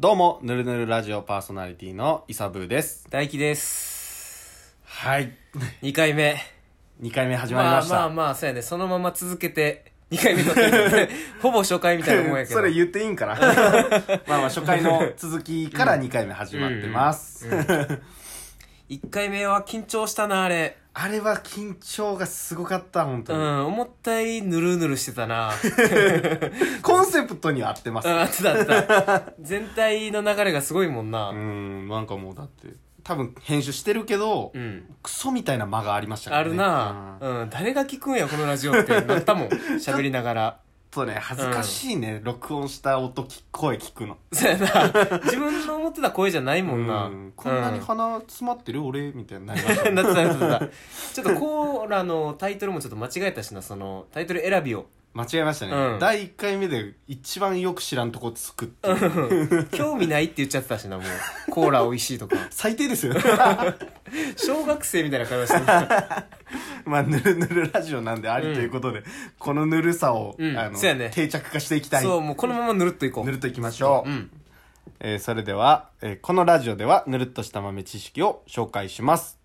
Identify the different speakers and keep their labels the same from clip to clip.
Speaker 1: どうも、ぬるぬるラジオパーソナリティのイサブーです。
Speaker 2: 大輝です。
Speaker 1: はい。
Speaker 2: 2回目。
Speaker 1: 2回目始まりました。
Speaker 2: あまあまあ、そうやね。そのまま続けて、2回目撮って るほぼ初回みたいなもんやけど。
Speaker 1: それ言っていいんか なまあまあ、初回の続きから2回目始まってます。
Speaker 2: 1回目は緊張したな、あれ。
Speaker 1: あれは緊張がすごかった、本
Speaker 2: う
Speaker 1: 当に。
Speaker 2: ん、思ったよりぬるぬるしてたな。
Speaker 1: コンセプトには合ってます
Speaker 2: うん、。あってたあってた。全体の流れがすごいもん
Speaker 1: う
Speaker 2: な。
Speaker 1: ん、なんかもうだって、多分編集してるけど、
Speaker 2: うん。
Speaker 1: クソみたいな間がありましたか
Speaker 2: あ
Speaker 1: らね。
Speaker 2: るな、
Speaker 1: うん
Speaker 2: うん。誰が聞くんや、このラジオってなったもん。喋りながら。
Speaker 1: ちょっとね、恥ずかしいね、録音した音き、声聞くの。
Speaker 2: そうやな。自分の思ってた声じゃないもんな。
Speaker 1: うんこんなに鼻詰まってる俺みたいになりました
Speaker 2: なってたなってた。ちょっとコーラのタイトルもちょっと間違えたしな、その、タイトル選びを。
Speaker 1: 間違えましたね、
Speaker 2: うん
Speaker 1: 第1回目で一番よく知らんとこつくっていう、
Speaker 2: 興味ないって言っちゃってたしな、もう。コーラ美味しいとか。
Speaker 1: 最低ですよね
Speaker 2: 小学生みたいな会話してた。
Speaker 1: まあぬるぬるラジオなんでありということで、このぬるさを、
Speaker 2: うん
Speaker 1: あの
Speaker 2: そうやね
Speaker 1: 定着化していきたい
Speaker 2: そう、もうこのままぬるっといこう。
Speaker 1: ぬるっといきましょう、
Speaker 2: うん。
Speaker 1: えーそれでは、えーこのラジオではぬるっとした豆知識を紹介します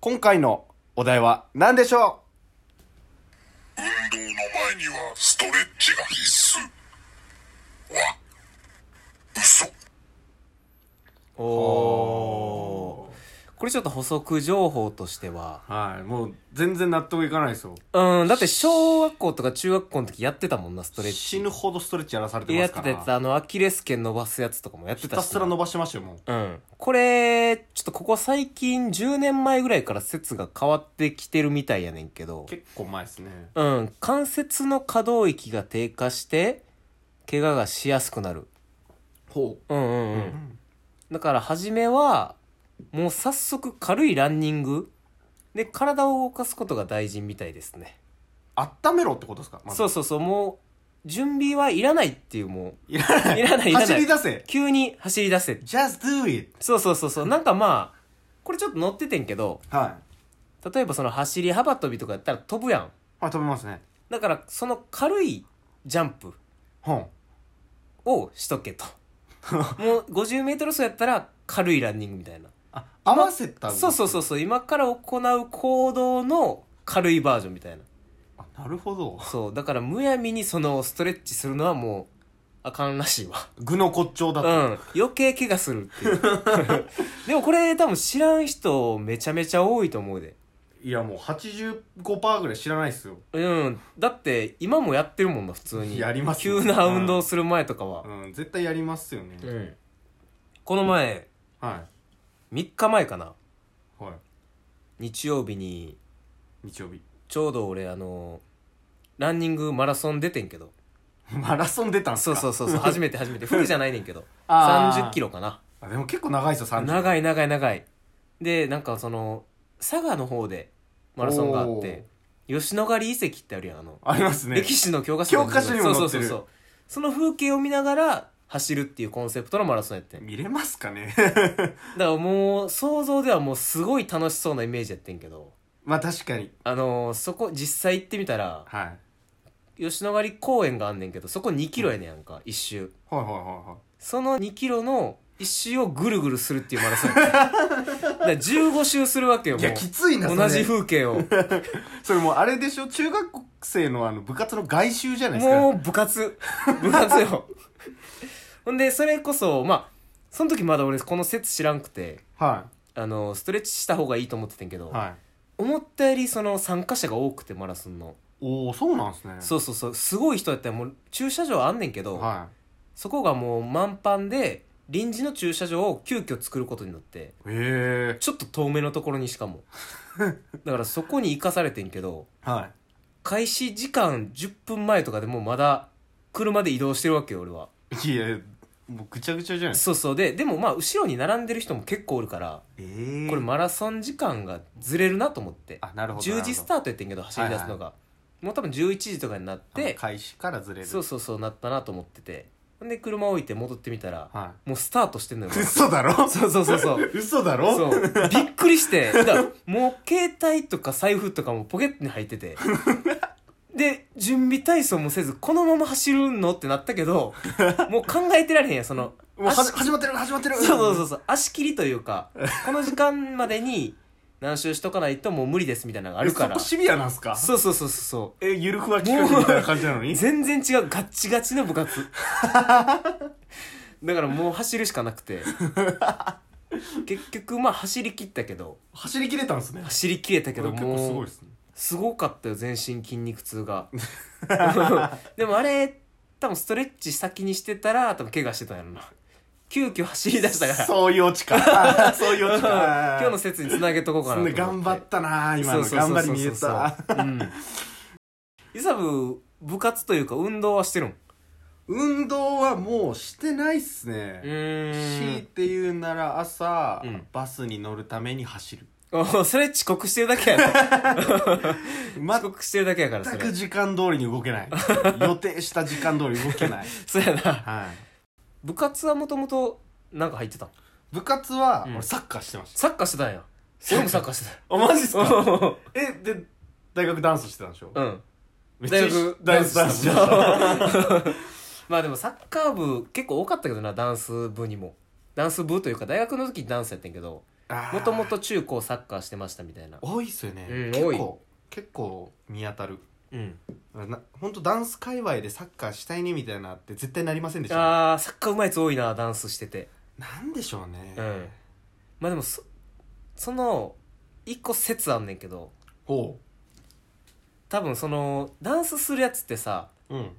Speaker 1: 今回のお題は何でしょ
Speaker 3: 運動の前にはストレッチが必須は嘘
Speaker 2: おお。これちょっと補足情報としては。
Speaker 1: うはいもう全然納得いかないですよ
Speaker 2: うん、だって小学校とか中学校の時やってたもんな、ストレッチ。
Speaker 1: 死ぬほどストレッチやらされて
Speaker 2: や
Speaker 1: ま
Speaker 2: っ
Speaker 1: す
Speaker 2: て
Speaker 1: か
Speaker 2: た
Speaker 1: ら
Speaker 2: やってた、あの、アキレス腱伸ばすやつとかもやって
Speaker 1: ひ
Speaker 2: たしな。
Speaker 1: たすら伸ばしてましたよもう
Speaker 2: うん。これ、ちょっとここ最近10年前ぐらいから説が変わってきてるみたいやねんけど、
Speaker 1: 結構前ですね
Speaker 2: うん、関節の可動域が低下して、怪我がしやすくなる。
Speaker 1: ほう
Speaker 2: うんうんうん。だから初めは、もう早速軽いランニングで体を動かすことが大事みたいですね。
Speaker 1: 温めろってことですかまず
Speaker 2: そうそうそう、もう、準備はいらないっていうも
Speaker 1: いらな
Speaker 2: う、
Speaker 1: い。
Speaker 2: いらないいらない。
Speaker 1: 走り出せ。
Speaker 2: 急に走り出せ。
Speaker 1: just do it.
Speaker 2: そうそうそうそう、なんかまあ、これちょっと乗っててんけど、
Speaker 1: はい。
Speaker 2: 例えばその走り幅跳びとかやったら飛ぶやん
Speaker 1: はい、飛びますね。
Speaker 2: だからその軽いジャンプ
Speaker 1: ほん。
Speaker 2: をしとけともう 50m 走やったら軽いランニングみたいな
Speaker 1: あ、合わせた。
Speaker 2: そうそうそうそう今から行う行動の軽いバージョンみたいな
Speaker 1: あなるほど。
Speaker 2: そうだからむやみにそのストレッチするのはもうあかんらしい わ
Speaker 1: 具の骨頂だ
Speaker 2: う
Speaker 1: と。
Speaker 2: ん余計怪我するっていう でもこれ多分知らん人めちゃめちゃ多いと思うで
Speaker 1: いや、もう85%ぐらい知らないっすよ。
Speaker 2: うんだって今もやってるもんな普通に
Speaker 1: やります
Speaker 2: 急な運動する前とかは、
Speaker 1: うん、絶対やりますよね。
Speaker 2: うん、この前
Speaker 1: は。
Speaker 2: 3日前かない
Speaker 1: はい。
Speaker 2: 日曜日に
Speaker 1: 日曜日。
Speaker 2: ちょうど俺あのランニングマラソン出てんけど
Speaker 1: マラソン出たんす
Speaker 2: そう
Speaker 1: か
Speaker 2: そううそうそう初めて初めてフルじゃないねんけど
Speaker 1: あー
Speaker 2: 3 0キロかな
Speaker 1: そう。でも結構長いっすよ、30。
Speaker 2: 長
Speaker 1: い。
Speaker 2: い長い長いでなんかその佐賀の方でマラソンがあって吉野ヶ里遺跡ってあるやんあの、
Speaker 1: ありますね
Speaker 2: 歴。史の教科書
Speaker 1: 教科書にも載ってる
Speaker 2: そうそうそうそうその風景を見ながら走るっていうコンセプトのマラソンやってんだか
Speaker 1: 見れますかね
Speaker 2: らもう想像ではもうすごい楽しそうなイメージやってんけど
Speaker 1: まあ確かに。
Speaker 2: あのーそこ実際行ってみたら
Speaker 1: はい。はい
Speaker 2: 吉野ヶ里公園があんねんけどそこ2キロやねんやんか一周
Speaker 1: はいはいは
Speaker 2: その2キロの一周をぐるぐるするっていうマラソン だから15周するわけよ
Speaker 1: い。い
Speaker 2: もう
Speaker 1: や、きついな、それ
Speaker 2: 同じ風景を
Speaker 1: それもうあれでしょ中学生のあの、部活の外周じゃないですか。
Speaker 2: もう部活 部活よほんでそれこそまあその時まだ俺この説知らんくて
Speaker 1: は
Speaker 2: あのーストレッチした方がいいと思っててんけど、
Speaker 1: い。はい。
Speaker 2: 思ったよりその参加者が多くてマラソンの、
Speaker 1: おおそうなんですね。
Speaker 2: そうそうそうすごい人やったらもう駐車場あんねんけど、
Speaker 1: は
Speaker 2: そこがもう満帆で臨時の駐車場を急遽作ることになって
Speaker 1: い。へえ。
Speaker 2: ちょっと遠めのところにしか もだからそこに生かされてんけど
Speaker 1: は。
Speaker 2: 開始時間10分前とかでもうまだ車で移動してるわけよ俺はい
Speaker 1: いや、もうぐちゃぐちゃじゃないですか。
Speaker 2: そうそうででもまあ後ろに並んでる人も結構おるから
Speaker 1: え
Speaker 2: これマラソン時間がずれるなと思って
Speaker 1: あ、なるほど。
Speaker 2: 10時スタートやってんけど走り出すのが、もう多分11時とかになっ
Speaker 1: で、
Speaker 2: て
Speaker 1: 開始からずれる。
Speaker 2: そうそうそうなったなと思っててほんで車置いて戻ってみたら、
Speaker 1: は
Speaker 2: もうスタートしてんのよ
Speaker 1: い。嘘だろ
Speaker 2: そうそうそうそう
Speaker 1: 嘘だろ
Speaker 2: そう。びっくりして。だからもう携帯とか財布とかもポケットに入ってて。で、準備体操もせず、このまま走るのってなったけど、もう考えてられへんやん、その、
Speaker 1: もうはじ始まってる始まってる
Speaker 2: そうそうそうそう足切りというかこの時間までに何周しとかないともう無理ですみたいなのがあるから
Speaker 1: えそこシビアなんすか
Speaker 2: そうそうそうそ
Speaker 1: えゆるふわ企画みたいな感じなの
Speaker 2: う
Speaker 1: に
Speaker 2: 全然違うガッチガチの部活 だからもう走るしかなくて結局まあ走り切ったけど
Speaker 1: 走り切れたんですね
Speaker 2: 走り切れたけど
Speaker 1: これ結構す
Speaker 2: も
Speaker 1: ごいうですね
Speaker 2: すごかったよ全身筋肉 痛がでもあれ多分ストレッチ先にしてたら多分怪我してたんやろな急遽走り出したから
Speaker 1: そういうオチ かそういうオチか
Speaker 2: 今日の説につなげとこうかな
Speaker 1: そ
Speaker 2: と
Speaker 1: ん
Speaker 2: 思
Speaker 1: な
Speaker 2: っ
Speaker 1: 頑張
Speaker 2: て
Speaker 1: ったな今の
Speaker 2: そうそうそ
Speaker 1: 頑
Speaker 2: う
Speaker 1: 張り見えた
Speaker 2: そうそうそううんイサブ部活というか運動はしてるん
Speaker 1: 運動はもうしてないっすね強いて言うなら朝、
Speaker 2: うん
Speaker 1: バスに乗るために走る
Speaker 2: おそれ遅刻してるだけや ろ遅
Speaker 1: 全
Speaker 2: 刻してるだけやからそ
Speaker 1: く
Speaker 2: れ
Speaker 1: 時間通りに動けない予定した時間通り動けない、
Speaker 2: そうやな
Speaker 1: はい、
Speaker 2: 部活はもともとなんか入ってたん
Speaker 1: 部活は、
Speaker 2: うん
Speaker 1: 俺サッカーしてまし
Speaker 2: サッカーしてたんや俺もサッカーしてた
Speaker 1: たあマジっすか
Speaker 2: よ
Speaker 1: えで大学ダンスしてたんでしょ、
Speaker 2: うん
Speaker 1: めっちゃ
Speaker 2: 大学
Speaker 1: ダンスダンスしてました
Speaker 2: まあでもサッカー部結構多かったけどなダンス部にもダンス部というか大学の時にダンスやってんけども
Speaker 1: も
Speaker 2: ともと中高サッカーしてましたみたいな
Speaker 1: 多いっすよね、
Speaker 2: うん
Speaker 1: 結
Speaker 2: 多い
Speaker 1: 構結構見当たる
Speaker 2: うん
Speaker 1: な本当ダンス界隈でサッカーしたいねみたいなって絶対なりませんでした
Speaker 2: あーサッカーうまいやつ多いなダンスしてて
Speaker 1: なんでしょうね、
Speaker 2: うんまあでもそその一個説あんねんけど
Speaker 1: ほ
Speaker 2: 多分そのダンスするやつってさ
Speaker 1: ううん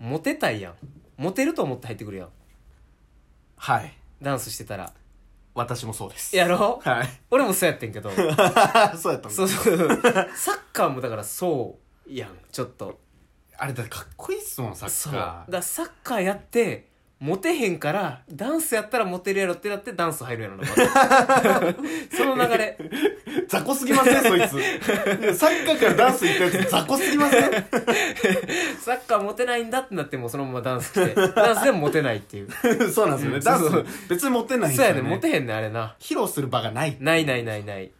Speaker 2: モテたいやんモテると思って入ってくるやん
Speaker 1: はい
Speaker 2: ダンスしてたら
Speaker 1: 私もそうです
Speaker 2: やろ
Speaker 1: はい
Speaker 2: 俺もそうやってんけど
Speaker 1: そうやった
Speaker 2: そう
Speaker 1: の
Speaker 2: そうサッカーもだからそうやんちょっと
Speaker 1: あれだってかっこいいっすもんサ
Speaker 2: そ
Speaker 1: ッ
Speaker 2: うだか
Speaker 1: カー
Speaker 2: らサッカーやってモテへんからダンスやったらモテるやろってなってダンス入るや ろな、まずその流れ
Speaker 1: 雑魚すぎませんそいつい やサッカーからダンス行ったやつ雑魚すぎません
Speaker 2: サッカーモテないんだってなってもうそのままダンス来てダンスでもモテないっていう
Speaker 1: そうなんですよね、
Speaker 2: うん
Speaker 1: ダン
Speaker 2: そう
Speaker 1: ス別にモテないんです
Speaker 2: そう
Speaker 1: よ、ね、
Speaker 2: やねモテへんねあれな
Speaker 1: 披露する場がない
Speaker 2: ないないないない、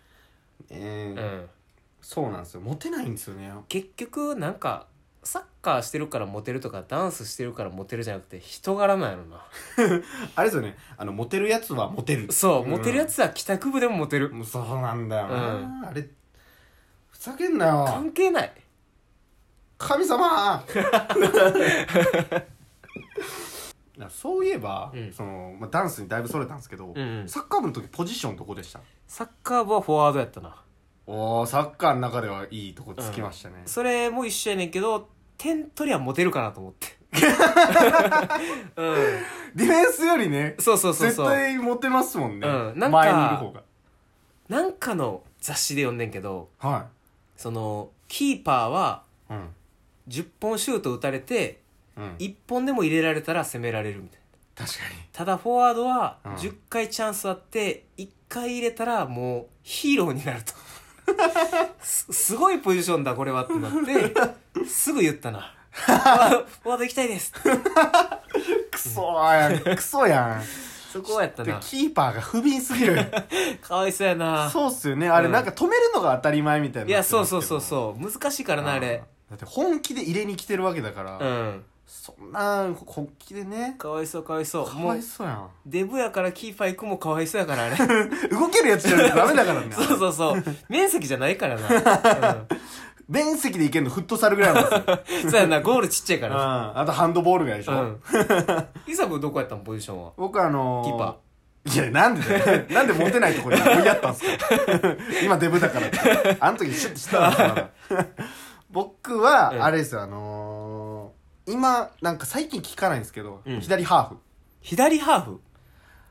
Speaker 1: え
Speaker 2: う
Speaker 1: ー
Speaker 2: ん、
Speaker 1: そうなんですよモテないんですよね
Speaker 2: 結局なんかサッカーしてるからモテるとかダンスしてるからモテるじゃなくて人柄なんやろな
Speaker 1: あれですよねあのモテるやつはモテる
Speaker 2: そう、
Speaker 1: うん
Speaker 2: モテるやつは帰宅部でもモテる
Speaker 1: もうそうなんだよな、
Speaker 2: う
Speaker 1: あれふざけんなよ
Speaker 2: 関係ない
Speaker 1: 神 様いやそういえば、
Speaker 2: うん
Speaker 1: そのまあ、ダンスにだいぶそれたんですけど、
Speaker 2: うんうん
Speaker 1: サッカー部の時ポジションどこでした
Speaker 2: サッカー部はフォワードやったな
Speaker 1: おーサッカーの中ではいいとこつきましたね、
Speaker 2: それも一緒やねんけど点取りはモテるかなと思って うん
Speaker 1: ディフェンスよりね
Speaker 2: そうそうそう
Speaker 1: 絶
Speaker 2: そう
Speaker 1: 対モテますもんね、
Speaker 2: うんなんか
Speaker 1: 前にいる方が
Speaker 2: なんかの雑誌で読んでんけど
Speaker 1: は
Speaker 2: そのキーパーはい
Speaker 1: うん
Speaker 2: 10本シュート打たれて
Speaker 1: うん、
Speaker 2: 1本でも入れられたら攻められるみたいな
Speaker 1: 確か
Speaker 2: ただフォワードは
Speaker 1: うん
Speaker 2: 10回チャンスあって1回入れたらもうヒーローになるとす すごいポジションだこれはってなってすぐ言ったなフォワードフォワード行きたいです
Speaker 1: にクソや んクソやん
Speaker 2: そこはやった
Speaker 1: で
Speaker 2: な
Speaker 1: キーパーが不憫すぎ る
Speaker 2: かわいそうやな
Speaker 1: そうっすよねあれ
Speaker 2: うん
Speaker 1: なんか止めるのが当たり前みたいに
Speaker 2: い
Speaker 1: な
Speaker 2: や
Speaker 1: ってま
Speaker 2: そう
Speaker 1: すけ
Speaker 2: そ
Speaker 1: ど
Speaker 2: うそうそう難しいからなあれ
Speaker 1: だって本気で入れに来てるわけだから、
Speaker 2: うん
Speaker 1: そんな本気でね
Speaker 2: かわいそうかわいそう
Speaker 1: か
Speaker 2: も
Speaker 1: わ
Speaker 2: う
Speaker 1: いそうやん
Speaker 2: デブやからキーパー行くもかわいそうやからあ れ
Speaker 1: 動けるやつじゃないとダメだからね
Speaker 2: そうそうそう面積じゃないからな、
Speaker 1: 面積でいけるのフットサルぐらいなんですよ、
Speaker 2: うん、そうやなゴールちっちゃいうか
Speaker 1: ん、
Speaker 2: ら
Speaker 1: あとハンドボールぐらいでしょ、
Speaker 2: うん 伊佐君どこやったのポジションは
Speaker 1: 僕あの
Speaker 2: キーパ
Speaker 1: ーいやなんでだ よなんでモテないところに追いやったんすか 今デブだからってあの時シュッとしたんですよまだ 僕
Speaker 2: うん
Speaker 1: はあれですよあのー今なんか最近聞かないんですけど、
Speaker 2: うん
Speaker 1: 左ハーフ
Speaker 2: 左ハーフ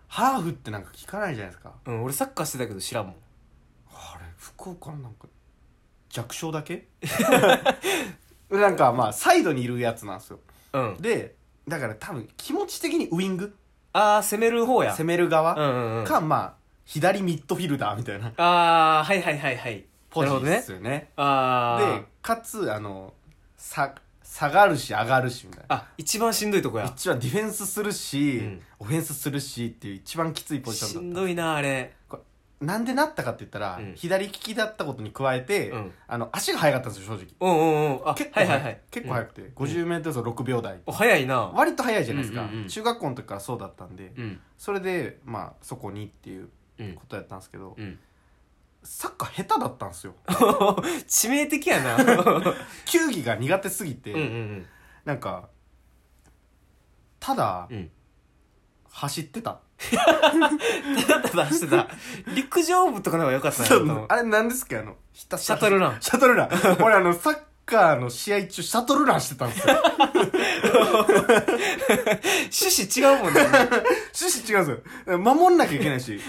Speaker 1: ハーフってなんか聞かないじゃないですか
Speaker 2: うん俺サッカーしてたけど知らんもん
Speaker 1: あれ福岡のなんか弱小だけ なんかまあサイドにいるやつなんですよ
Speaker 2: うん
Speaker 1: でだから多分気持ち的にウイング
Speaker 2: ああ攻める方や
Speaker 1: 攻める
Speaker 2: う
Speaker 1: 側
Speaker 2: んうんうん
Speaker 1: か、まあ左ミッドフィルダーみたい な
Speaker 2: ああはいはいはいはい
Speaker 1: ポジ
Speaker 2: なるほどね
Speaker 1: ですよね
Speaker 2: あ
Speaker 1: でかつあのさ下がるし上がるしみたい
Speaker 2: ああ一番しんどいとこ
Speaker 1: な
Speaker 2: や
Speaker 1: 一番ディフェンスするし、
Speaker 2: うん
Speaker 1: オフェンスするしっていう一番きついポジシ
Speaker 2: し
Speaker 1: ョン
Speaker 2: ん
Speaker 1: だっ
Speaker 2: どいなあれ
Speaker 1: たなんでなったかって言ったら、
Speaker 2: うん
Speaker 1: 左利きだったことに加えて、
Speaker 2: うん
Speaker 1: あの、足が速かったんですよ、正直。
Speaker 2: うんうんうんあ
Speaker 1: 結構
Speaker 2: はい
Speaker 1: 速い、
Speaker 2: はいはい
Speaker 1: 結構速
Speaker 2: うん
Speaker 1: くて、50メートル走6秒台。
Speaker 2: お早いな
Speaker 1: 割と速いじゃないですか、
Speaker 2: うんうんうん
Speaker 1: 中学校の時からそうだったんで、
Speaker 2: うん
Speaker 1: それで、まあ、そこにっていう
Speaker 2: うん
Speaker 1: ことやったんですけど、
Speaker 2: うん
Speaker 1: サッカー下手だったんですよ。
Speaker 2: 致命的やな うん
Speaker 1: 球技が苦手すぎて、
Speaker 2: うんうん
Speaker 1: なんか、ただ、
Speaker 2: うん
Speaker 1: 走ってた。
Speaker 2: ただただして た陸上部とかの方が良かったなと思う
Speaker 1: あれ何ですかあの、ひたす
Speaker 2: シ
Speaker 1: ら
Speaker 2: ャトルラン
Speaker 1: シャトルラン。俺あの、サッカーの試合中、シャトルランしてたんですよ。
Speaker 2: 趣旨違うもんね
Speaker 1: 趣旨違うんですよ。守んなきゃいけないし、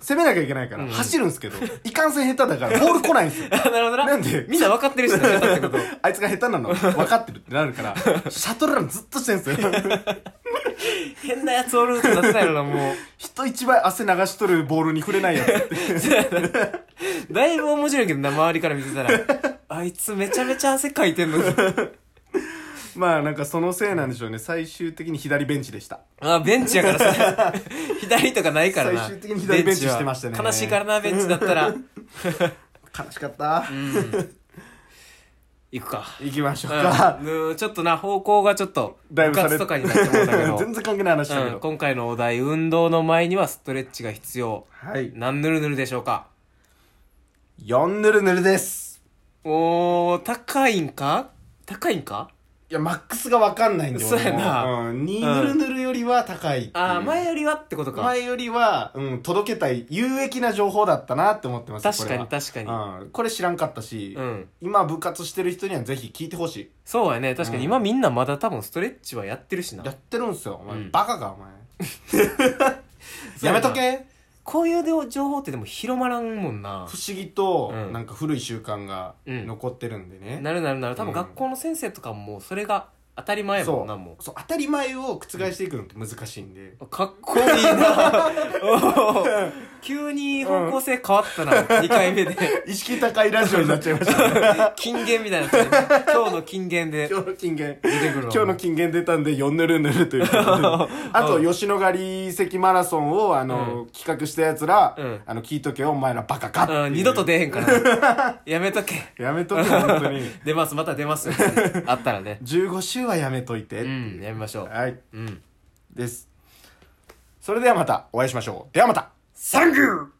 Speaker 1: 攻めなきゃいけないから、
Speaker 2: うん
Speaker 1: 走るんですけど、いかんせん下手だから、ボール来ないんですよ。
Speaker 2: なるほど な
Speaker 1: なんで
Speaker 2: みんな分かってる人だってこと
Speaker 1: あいつが下手なの分かってるってなるから、シャトルランずっとしてんす よ。
Speaker 2: 変なやつおるってなってたやろなもう
Speaker 1: 人一倍汗流しとるボールに触れないやつって。
Speaker 2: だいぶ面白いけどな周りから見て たらあいつめちゃめちゃ汗かいてんのに
Speaker 1: まあなんかそのせいなんでしょうね。最終的に左ベンチでした。
Speaker 2: あベンチやからさ 左とかないからな
Speaker 1: 最終的に左ベンチしてましたね
Speaker 2: ベンチは悲しいからなベンチ だったらうん
Speaker 1: 悲しかった。
Speaker 2: 行くか
Speaker 1: 行きましょうか。
Speaker 2: うん、ちょっとな方向がちょっと
Speaker 1: だい
Speaker 2: 部
Speaker 1: ぶされ
Speaker 2: 活とかになってもうたけ ど
Speaker 1: 全然関係ない話だけ
Speaker 2: うん
Speaker 1: ど。
Speaker 2: 今回のお題運動の前にはストレッチが必要
Speaker 1: はい。
Speaker 2: 何ぬるぬるでしょうか
Speaker 1: 4ぬるぬるです。
Speaker 2: おー高いんか高いんか
Speaker 1: いや、マックスが分かんないんで、
Speaker 2: そうやな
Speaker 1: 俺もうん、2ぬるぬるよりは高いっていう
Speaker 2: ああ前よりはってことか
Speaker 1: 前よりは、うん、届けたい有益な情報だったなって思ってます
Speaker 2: 確かに
Speaker 1: こ
Speaker 2: 確か
Speaker 1: れ
Speaker 2: に
Speaker 1: はうん、これ知らんかったし、
Speaker 2: うん
Speaker 1: 今部活してる人にはぜひ聞いてほしい。
Speaker 2: そうやね確かに今みんなまだ多分ストレッチはやってるしな
Speaker 1: やってるんすよ、お前。
Speaker 2: うん
Speaker 1: バカか、お前。
Speaker 2: そう
Speaker 1: や
Speaker 2: やな
Speaker 1: めとけ
Speaker 2: こういう情報ってでも広まらんもんな
Speaker 1: 不思議と、
Speaker 2: うん
Speaker 1: なんか古い習慣が
Speaker 2: うん
Speaker 1: 残ってるんでね。
Speaker 2: なるなるなる多
Speaker 1: う
Speaker 2: 分
Speaker 1: ん
Speaker 2: 学校の先生とかももうそれが当たり前や
Speaker 1: そ
Speaker 2: もんなも
Speaker 1: うそう、当たり前を覆していくのって難しいんで。
Speaker 2: うかっこいい なおー急に方向性変わったな、2回 目で
Speaker 1: 意識高いラジオになっちゃいましたね。
Speaker 2: 金言みたいなやつ今日の金言で
Speaker 1: 今日の金言。
Speaker 2: 出てくるわ
Speaker 1: 今日の金言出たんで4ぬるぬるという ことであと
Speaker 2: うん
Speaker 1: 吉野ヶ里遺跡マラソンをあの、
Speaker 2: う
Speaker 1: 企画したやつら、
Speaker 2: うん
Speaker 1: あの聞いとけよお前らバカかっていう
Speaker 2: うん、二度と出へん からやめとけ
Speaker 1: やめとけ本当に
Speaker 2: 出ますまた 出ますよあったらね
Speaker 1: 15週はやめといて、
Speaker 2: うんやめましょう
Speaker 1: はい
Speaker 2: うん
Speaker 1: ですそれではまたお会いしましょうではまた
Speaker 2: サンキュー